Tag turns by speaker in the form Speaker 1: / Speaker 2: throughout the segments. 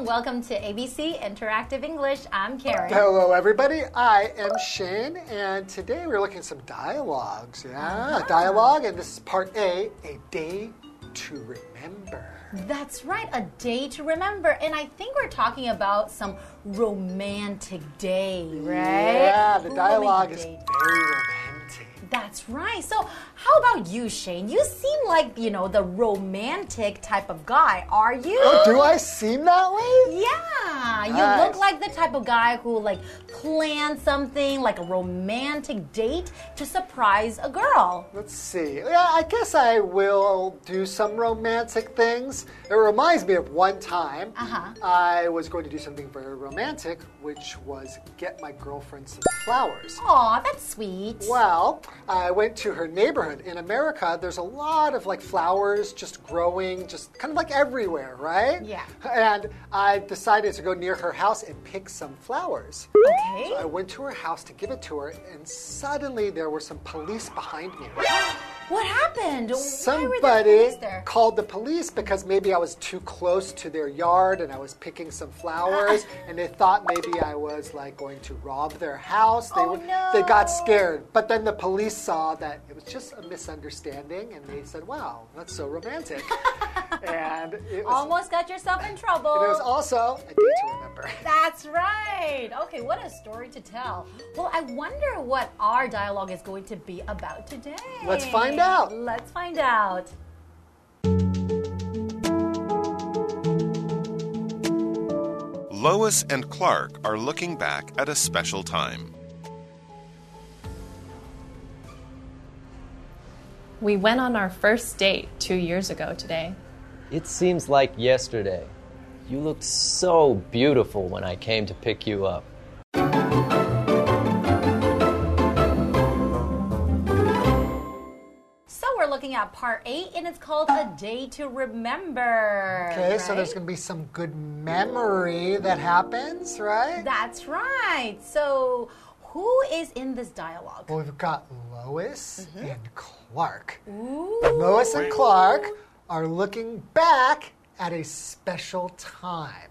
Speaker 1: welcome to ABC Interactive English. I'm Karen.
Speaker 2: Hello, everybody. I am Shane, and today we're looking at some dialogues.
Speaker 1: Ah.
Speaker 2: Yeah, dialogue, and this is part A A Day to Remember.
Speaker 1: That's right, a day to remember. And I think we're talking about some romantic day, right?
Speaker 2: Yeah, the
Speaker 1: Romantic
Speaker 2: dialogue is
Speaker 1: day.
Speaker 2: very romantic.
Speaker 1: That's right. So, how about you, Shane? You seem like, you know, the romantic type of guy, are you?
Speaker 2: Oh, do I seem that way?
Speaker 1: Yeah, you
Speaker 2: Nice.
Speaker 1: look like the type of guy who like plans something like a romantic date to surprise a girl.
Speaker 2: Let's see. Yeah, I guess I will do some romantic things. It reminds me of one time
Speaker 1: Uh-huh.
Speaker 2: I was going to do something very romantic, which was get my girlfriend some flowers.
Speaker 1: Aw, that's sweet.
Speaker 2: Well, I went to her neighborhood. In America, there's a lot of like flowers just growing, just kind of like everywhere, right?
Speaker 1: Yeah.
Speaker 2: And I decided to go near her house and pick some flowers.
Speaker 1: Okay.
Speaker 2: I went to her house to give it to her, and suddenly there were some police behind me.
Speaker 1: What happened? Why were there
Speaker 2: Somebody
Speaker 1: police there?
Speaker 2: called the police because maybe I was too close to their yard and I was picking some flowers, and they thought maybe I was like going to rob their house. They
Speaker 1: Oh,
Speaker 2: were-
Speaker 1: no.
Speaker 2: they got scared, but then the police saw that it was just a misunderstanding, and they said, "Wow, that's so romantic," and it was,
Speaker 1: Almost got yourself in trouble.
Speaker 2: and it was also a day to remember.
Speaker 1: That's right. Okay, what a story to tell. Well, I wonder what our dialogue is going to be about today.
Speaker 2: Let's find out.
Speaker 1: Let's find out.
Speaker 3: Lois and Clark are looking back at a special time.
Speaker 4: We went on our first date two years ago today.
Speaker 5: It seems like yesterday. You looked so beautiful when I came to pick you up.
Speaker 1: So we're looking at part eight, and it's called A Day to Remember.
Speaker 2: Okay, so there's
Speaker 1: right?
Speaker 2: going to be some good memory that happens, right?
Speaker 1: That's right. So who is in this dialogue?
Speaker 2: Well, we've got Lois and Clark.
Speaker 1: Mm-hmm. Ooh.
Speaker 2: Lois and Clark are looking back at a special time.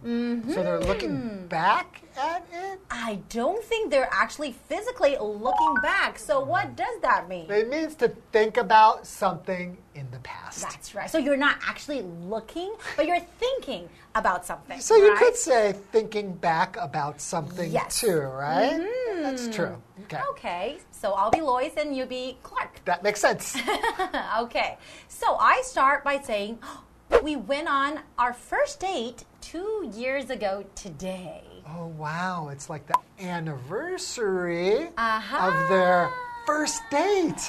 Speaker 2: So they're
Speaker 1: Mm-hmm.
Speaker 2: looking back at it.
Speaker 1: I don't think they're actually physically looking back. So what does that mean?
Speaker 2: It means to think about something in the past.
Speaker 1: That's right. So you're not actually looking, but you're thinking about something.
Speaker 2: so you
Speaker 1: right?
Speaker 2: could say thinking back about something
Speaker 1: Yes. Mm-hmm.
Speaker 2: too, right? That's true. Okay.
Speaker 1: Okay, so I'll be Lois and you be Clark.
Speaker 2: That makes sense.
Speaker 1: Okay, so I start by saying, We went on our first date two years ago today.
Speaker 2: oh, wow. It's like the anniversary
Speaker 1: Aha.
Speaker 2: of their first date.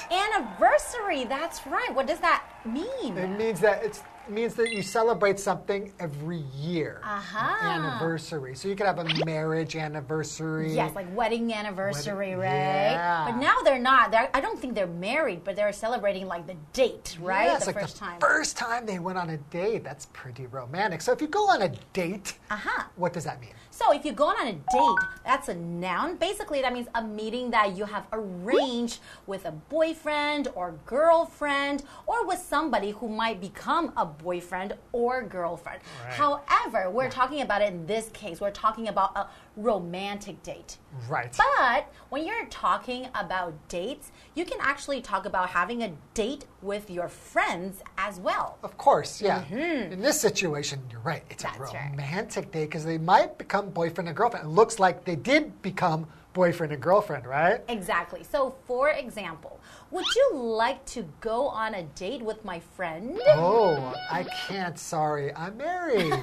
Speaker 1: Anniversary, that's right. What does that
Speaker 2: It
Speaker 1: mean?
Speaker 2: means that it's means that you celebrate something every year.
Speaker 1: Aha.
Speaker 2: An Anniversary. So you could have a marriage anniversary.
Speaker 1: Yes, like wedding anniversary,
Speaker 2: Wedding-
Speaker 1: right?
Speaker 2: yeah.
Speaker 1: But now they're not. They're, I don't think they're married, but they're celebrating like the date, right?
Speaker 2: Yeah, it's
Speaker 1: the
Speaker 2: like
Speaker 1: first
Speaker 2: the
Speaker 1: time.
Speaker 2: first time they went on a date. That's pretty romantic. So if you go on a date,
Speaker 1: Aha.
Speaker 2: what does that mean?
Speaker 1: So if you go on a date, that's a noun. Basically, that means a meeting that you have arranged with a boyfriend or girlfriend or with somebody who might become a boyfriend or girlfriend. However, we're talking about it in this case, we're talking about a romantic date.
Speaker 2: Right.
Speaker 1: But when you're talking about dates, you can actually talk about having a date with your friends as well.
Speaker 2: Of course, yeah. In this situation, you're right. It's a
Speaker 1: Mm-hmm. That's right.
Speaker 2: romantic date because they might become boyfriend and girlfriend. It looks like they did become boyfriend and girlfriend, right?
Speaker 1: Exactly. So, for example, would you like to go on a date with my friend?
Speaker 2: Oh, I can't. Sorry. I'm married.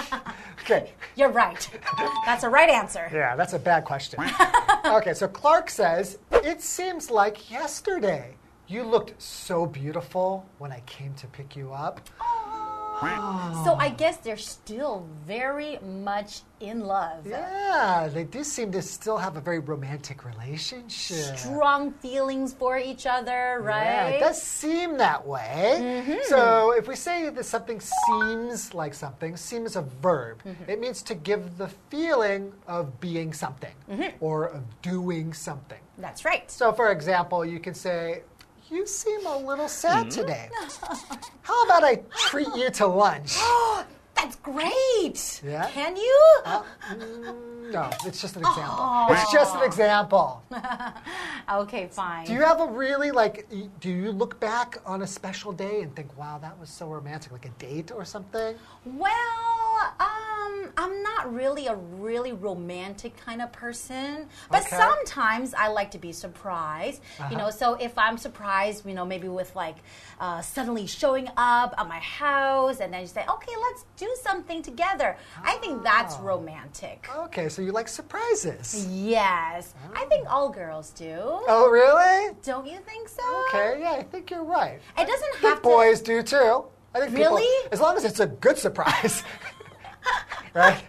Speaker 2: okay.
Speaker 1: You're right. That's a right answer.
Speaker 2: Yeah, that's a bad question. okay, so Clark says, It seems like yesterday. You looked so beautiful when I came to pick you up.
Speaker 1: So, I guess they're still very much in love.
Speaker 2: Yeah, they do seem to still have a very romantic relationship.
Speaker 1: Strong feelings for each other,
Speaker 2: Yeah,
Speaker 1: right?
Speaker 2: it does seem that way. So if we say that something seems like something, seem is a verb. It means to give the feeling of being something or of doing something.
Speaker 1: That's right.
Speaker 2: So, for example, you can say, You seem
Speaker 1: Mm-hmm.
Speaker 2: a little sad today. How about I treat you to lunch?
Speaker 1: That's Great.
Speaker 2: Yeah? Uh,
Speaker 1: Can you?
Speaker 2: No, it's just an example. It's just an example.
Speaker 1: okay, fine.
Speaker 2: Do you have a really like? y- Do you look back on a special day and think, "Wow, that was so romantic," like a date or something?
Speaker 1: Well, um, I'm not really a really romantic kind of person, but
Speaker 2: Okay. Uh-huh.
Speaker 1: sometimes I like to be surprised. You know, so if I'm surprised, you know, maybe with like uh, suddenly showing up at my house, and then you say, "Okay, let's do something together." I think
Speaker 2: Oh.
Speaker 1: that's romantic.
Speaker 2: Okay, so you like surprises.
Speaker 1: Yes, I think all girls do.
Speaker 2: Oh, really?
Speaker 1: Don't you think so?
Speaker 2: Okay, yeah, I think you're right.
Speaker 1: It doesn't
Speaker 2: I
Speaker 1: have
Speaker 2: think boys do too. I think people-
Speaker 1: Really?
Speaker 2: as long as it's a good surprise, right?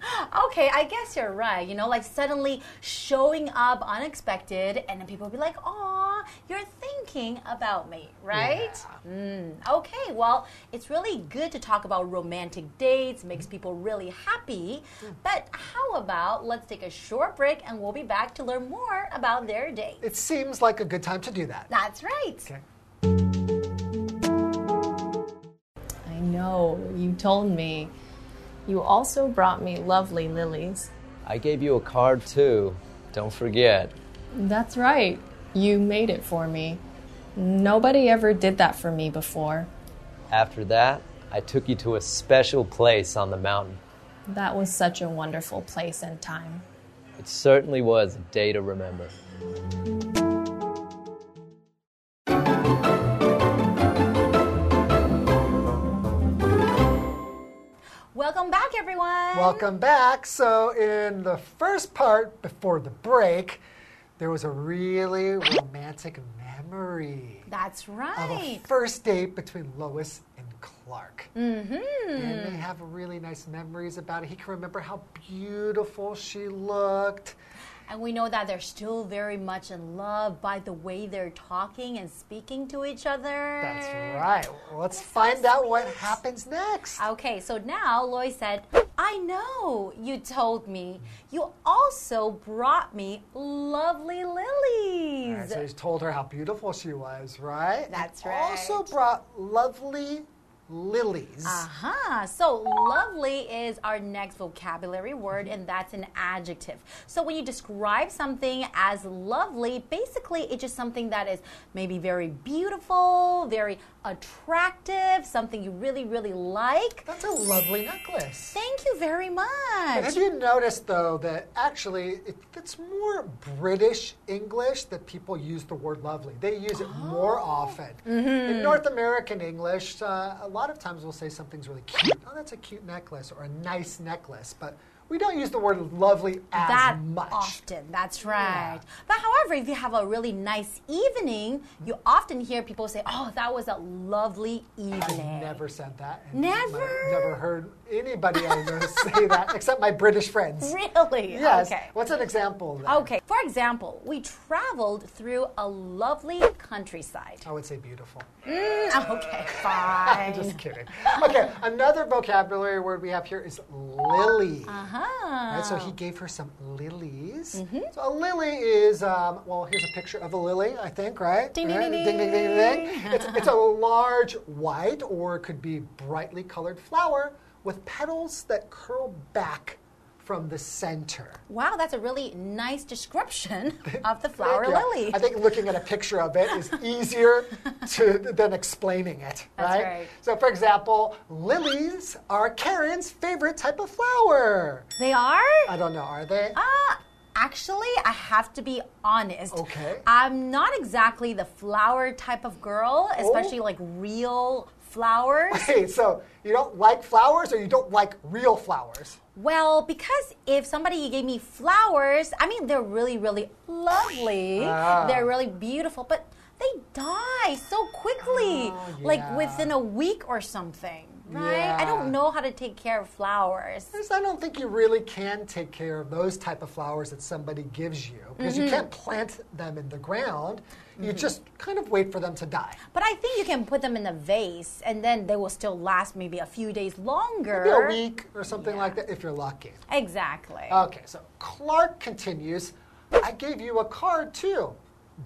Speaker 1: Okay, I guess you're right. You know, like suddenly showing up unexpected, and then people be like, "Aw, you're thinking about me, right?" Mm, okay, well, it's really good to talk about romantic dates. Makes people really happy.
Speaker 2: Hmm.
Speaker 1: But how about let's take a short break, and we'll be back to learn more about their date.
Speaker 2: It seems like a good time to do that.
Speaker 1: That's right.
Speaker 2: Okay.
Speaker 4: I know, you told me. You also brought me lovely lilies.
Speaker 5: I gave you a card too. Don't forget.
Speaker 4: That's right, you made it for me. Nobody ever did that for me before.
Speaker 5: After that, I took you to a special place on the mountain.
Speaker 4: That was such a wonderful place and time.
Speaker 5: It certainly was a day to remember.
Speaker 1: Welcome back, everyone.
Speaker 2: Welcome back. So, in the first part before the break, there was a really romantic memory
Speaker 1: That's
Speaker 2: of
Speaker 1: right.
Speaker 2: a first date between Lois and Clark. Mm-hmm. And they have really nice memories about it. He can remember how beautiful she looked.
Speaker 1: And we know that they're still very much in love by the way they're talking and speaking to each other.
Speaker 2: That's right. Let's find out what happens next.
Speaker 1: Okay, so now Lois said, I know you told me. You also brought me lovely
Speaker 2: All right,
Speaker 1: lilies.
Speaker 2: so he's told her how beautiful she was, right? And
Speaker 1: That's
Speaker 2: Also
Speaker 1: right. Uh-huh.
Speaker 2: brought lovely lilies.
Speaker 1: Huh. So lovely is our next vocabulary word, and that's an adjective. So when you describe something as lovely, basically it's just something that is maybe very beautiful, very attractive, something you really, really like.
Speaker 2: That's a lovely necklace.
Speaker 1: Thank you very much.
Speaker 2: Have you noticed, though, that actually it, it's more British English that people use the word lovely? They use it
Speaker 1: Oh.
Speaker 2: more often.
Speaker 1: Mm-hmm.
Speaker 2: In North American English, uh, a lot of times we'll say something's really cute. Oh, that's a cute necklace or a nice necklace, but we don't use the word lovely as
Speaker 1: that
Speaker 2: much.
Speaker 1: often. That's right. But however, if you have a really nice evening, you often hear people say, "Oh, that was a lovely
Speaker 2: I've
Speaker 1: evening."
Speaker 2: never said that. and
Speaker 1: Never?
Speaker 2: I've never heard anybody I know say that except my British friends.
Speaker 1: Really?
Speaker 2: Yes.
Speaker 1: Okay.
Speaker 2: What's an example? Then?
Speaker 1: Okay, for example, we traveled through a lovely countryside.
Speaker 2: I would say beautiful.
Speaker 1: Okay, fine.
Speaker 2: Oh. Just kidding. Okay, another vocabulary word we have here is lily. Uh-huh. Right, so he gave her some lilies. So a lily is, um, well, here's a picture of a lily, I think, right?
Speaker 4: Ding, ding,
Speaker 2: Right?
Speaker 4: ding,
Speaker 2: ding, ding, ding, ding. It's, it's a large white or it could be brightly colored flower with petals that curl back from the center.
Speaker 1: Wow, that's a really nice description of the flower
Speaker 2: Thank you.
Speaker 1: lily.
Speaker 2: I think looking at a picture of it is easier to, than explaining it,
Speaker 1: That's
Speaker 2: right?
Speaker 1: right.
Speaker 2: So, for example, lilies are Karen's favorite type of flower.
Speaker 1: They are?
Speaker 2: I don't know, are they?
Speaker 1: Uh, actually, I have to be honest.
Speaker 2: Okay.
Speaker 1: I'm not exactly the flower type of girl,
Speaker 2: Oh.
Speaker 1: especially like real flowers.
Speaker 2: Hey, so you don't like flowers or you don't like real flowers?
Speaker 1: Well, because if somebody gave me flowers, I mean, they're really, really lovely.
Speaker 2: Ah.
Speaker 1: They're really beautiful, but they die so quickly, like
Speaker 2: Oh, yeah.
Speaker 1: within a week or something, right? I don't
Speaker 2: Yeah.
Speaker 1: know how to take care of flowers.
Speaker 2: Because I don't think you really can take care of those type of flowers that somebody gives you because
Speaker 1: Mm-hmm.
Speaker 2: you can't plant them in the ground. You just kind of wait for them to die.
Speaker 1: But I think you can put them in a vase and then they will still last maybe a few days longer.
Speaker 2: Maybe a week or something like that if you're lucky.
Speaker 1: Exactly.
Speaker 2: Okay, so Clark continues I gave you a card too.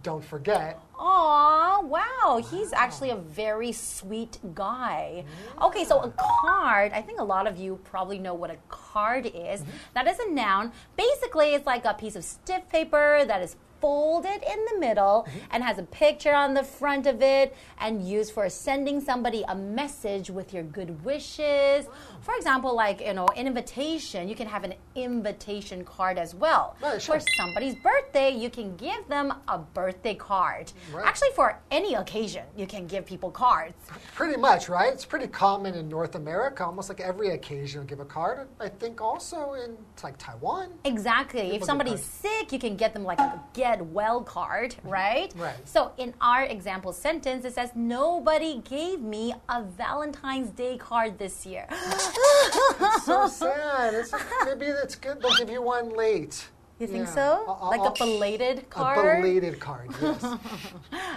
Speaker 2: Don't forget.
Speaker 1: Aw, wow. know. He's actually a very sweet guy. Okay, so a card, I think a lot of you probably know what a card is. That is a noun. Basically, it's like a piece of stiff paper that is folded in the middle and has a picture on the front of it and used for sending somebody a message with your good wishes. For example, like, you know, an invitation, you can have an invitation card as well.
Speaker 2: Right, sure.
Speaker 1: For somebody's birthday, you can give them a birthday card.
Speaker 2: Right.
Speaker 1: Actually, for any occasion, you can give people cards.
Speaker 2: Pretty much, right? It's pretty common in North America. Almost like every occasion, will give a card. I think also in like Taiwan.
Speaker 1: Exactly. if
Speaker 2: get
Speaker 1: somebody's sick, you can get them like a get well card, right?
Speaker 2: Right.
Speaker 1: So in our example sentence, it says, Nobody gave me a Valentine's Day card this year.
Speaker 2: So sad. It's, maybe it's good they'll give you one late.
Speaker 1: You think
Speaker 2: Yeah.
Speaker 1: so?
Speaker 2: I'll-
Speaker 1: like a
Speaker 2: I'll-
Speaker 1: belated card?
Speaker 2: A belated card. Yes.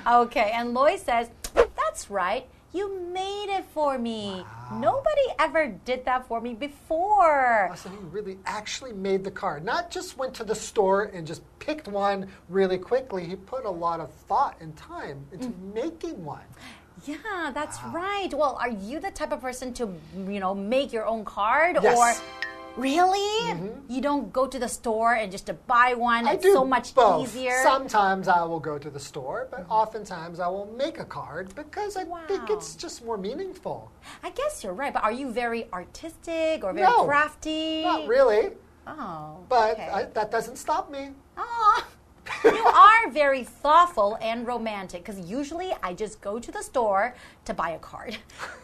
Speaker 1: Okay, and Lois says, That's right. You made it for me. Nobody ever did that for me before.
Speaker 2: so he really actually made the card. Not just went to the store and just picked one really quickly. He put a lot of thought and time into making one.
Speaker 1: Yeah, that's right. Well, are you the type of person to, you know, make your own card
Speaker 2: Yes. Mm-hmm.
Speaker 1: or really? You don't go to the store and just to buy one.
Speaker 2: I
Speaker 1: it's
Speaker 2: do
Speaker 1: so much
Speaker 2: both.
Speaker 1: easier. Mm-hmm.
Speaker 2: Sometimes I will go to the store, but oftentimes I will make a card because I think
Speaker 1: Wow.
Speaker 2: it's just more meaningful.
Speaker 1: I guess you're right, but are you very artistic or very
Speaker 2: No,
Speaker 1: crafty?
Speaker 2: Not really,
Speaker 1: Oh.
Speaker 2: but
Speaker 1: okay.
Speaker 2: I, that doesn't stop me.
Speaker 1: Aw. you are very thoughtful and romantic because usually I just go to the store to buy a card.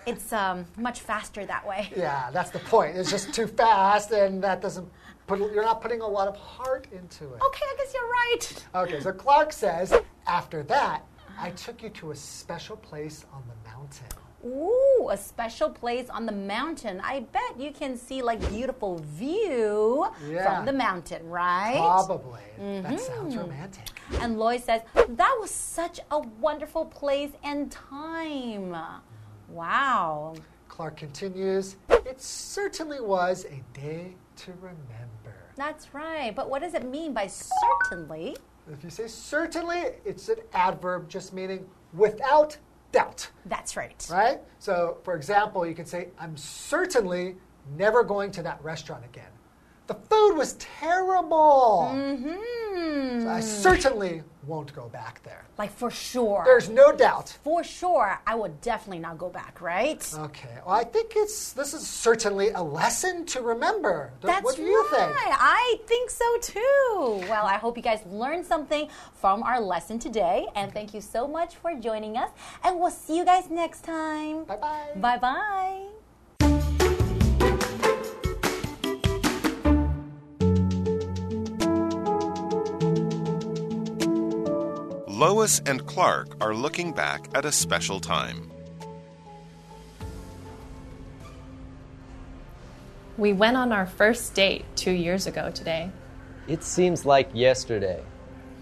Speaker 1: It's um, much faster that way.
Speaker 2: Yeah, that's the point. It's just too fast, and that doesn't put you're not putting a lot of heart into it.
Speaker 1: Okay, I guess you're right.
Speaker 2: Okay, so Clark says, after that, I took you to a special place on the mountain.
Speaker 1: Ooh, a special place on the mountain. I bet you can see like beautiful view
Speaker 2: Yeah.
Speaker 1: from the mountain, right?
Speaker 2: Probably.
Speaker 1: Mm-hmm.
Speaker 2: That sounds romantic.
Speaker 1: And Lloyd says, That was such a wonderful place and time. Wow.
Speaker 2: Clark continues, it certainly was a day to remember.
Speaker 1: That's right. But what does it mean by certainly?
Speaker 2: If you say certainly, it's an adverb just meaning without doubt,
Speaker 1: That's right.
Speaker 2: right? So, for example, you can say, I'm certainly never going to that restaurant again. The food was terrible.
Speaker 1: Hmm.
Speaker 2: So I certainly won't go back there.
Speaker 1: Like for sure.
Speaker 2: There's no doubt.
Speaker 1: for sure, I would definitely not go back, right?
Speaker 2: Okay. Well, I think it's this is certainly a lesson to remember. Th-
Speaker 1: That's
Speaker 2: what do you
Speaker 1: right.
Speaker 2: think?
Speaker 1: I think so too. Well, I hope you guys learned something from our lesson today. And thank you so much for joining us. And we'll see you guys next time.
Speaker 2: Bye bye.
Speaker 1: Bye bye.
Speaker 3: Lois and Clark are looking back at a special time.
Speaker 4: We went on our first date two years ago today.
Speaker 5: It seems like yesterday.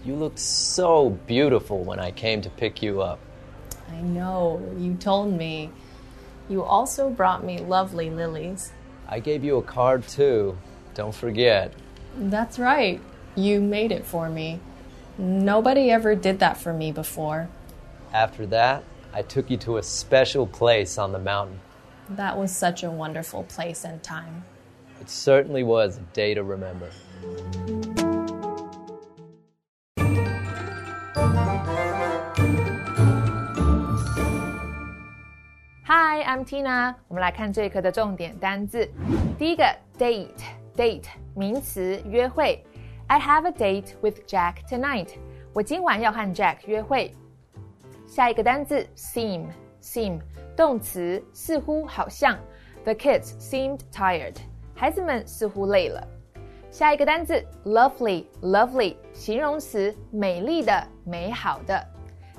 Speaker 5: You looked so beautiful when I came to pick you up.
Speaker 4: I know, you told me. You also brought me lovely lilies.
Speaker 5: I gave you a card too. Don't forget.
Speaker 4: That's right, you made it for me. Nobody ever did that for me before.
Speaker 5: After that, I took you to a special place on the mountain.
Speaker 4: That was such a wonderful place and time.
Speaker 5: It certainly was a day to remember.
Speaker 6: Hi, I'm Tina。我们来看这一课的重点单字。第一个 date，date 名词，约会。I have a date with Jack tonight。我今晚要和 Jack 约会。下一个单字 seem，seem 动词，似乎，好像。The kids seemed tired。孩子们似乎累了。下一个单字 lovely，lovely 形容词，美丽的，美好的。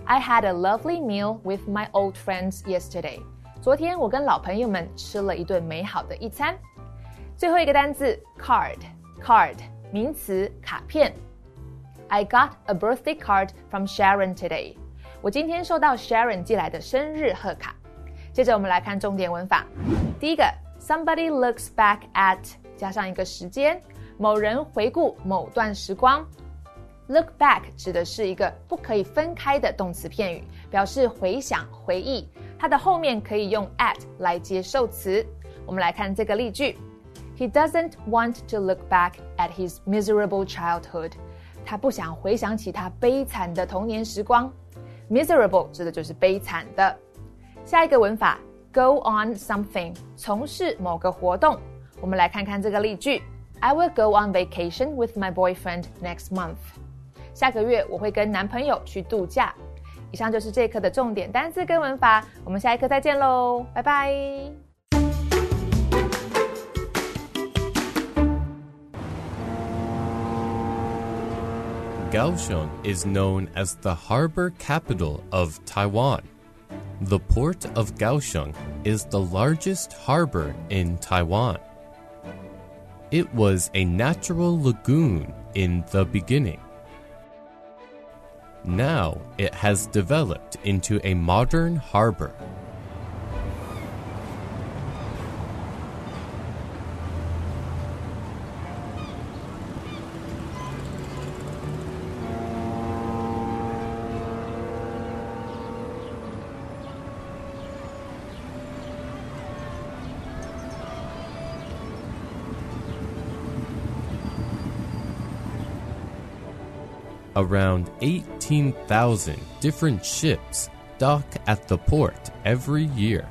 Speaker 6: I had a lovely meal with my old friends yesterday。昨天我跟老朋友们吃了一顿美好的一餐。最后一个单字 card，card 名词，卡片。I got a birthday card from Sharon today。我今天收到 Sharon 寄来的生日贺卡。接着我们来看重点文法。第一个，somebody looks back at 加上一个时间，某人回顾某段时光。 Look back 指的是一个不可以分开的动词片语，表示回想、回忆。它的后面可以用 at 来接受词。我们来看这个例句：He doesn't want to look back at his miserable childhood。他不想回想起他悲惨的童年时光。Miserable 指的就是悲惨的。下一个文法，go on something，从事某个活动。我们来看看这个例句：I will go on vacation with my boyfriend next month。下个月我会跟男朋友去度假。以上就是这一课的重点单词跟文法，我们下一课再见喽，拜拜。
Speaker 7: Kaohsiung is known as the harbor capital of Taiwan. The port of Kaohsiung is the largest harbor in Taiwan. It was a natural lagoon in the beginning. Now it has developed into a modern harbor. Around 18,000 different ships dock at the port every year.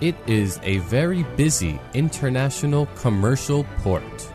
Speaker 7: It is a very busy international commercial port.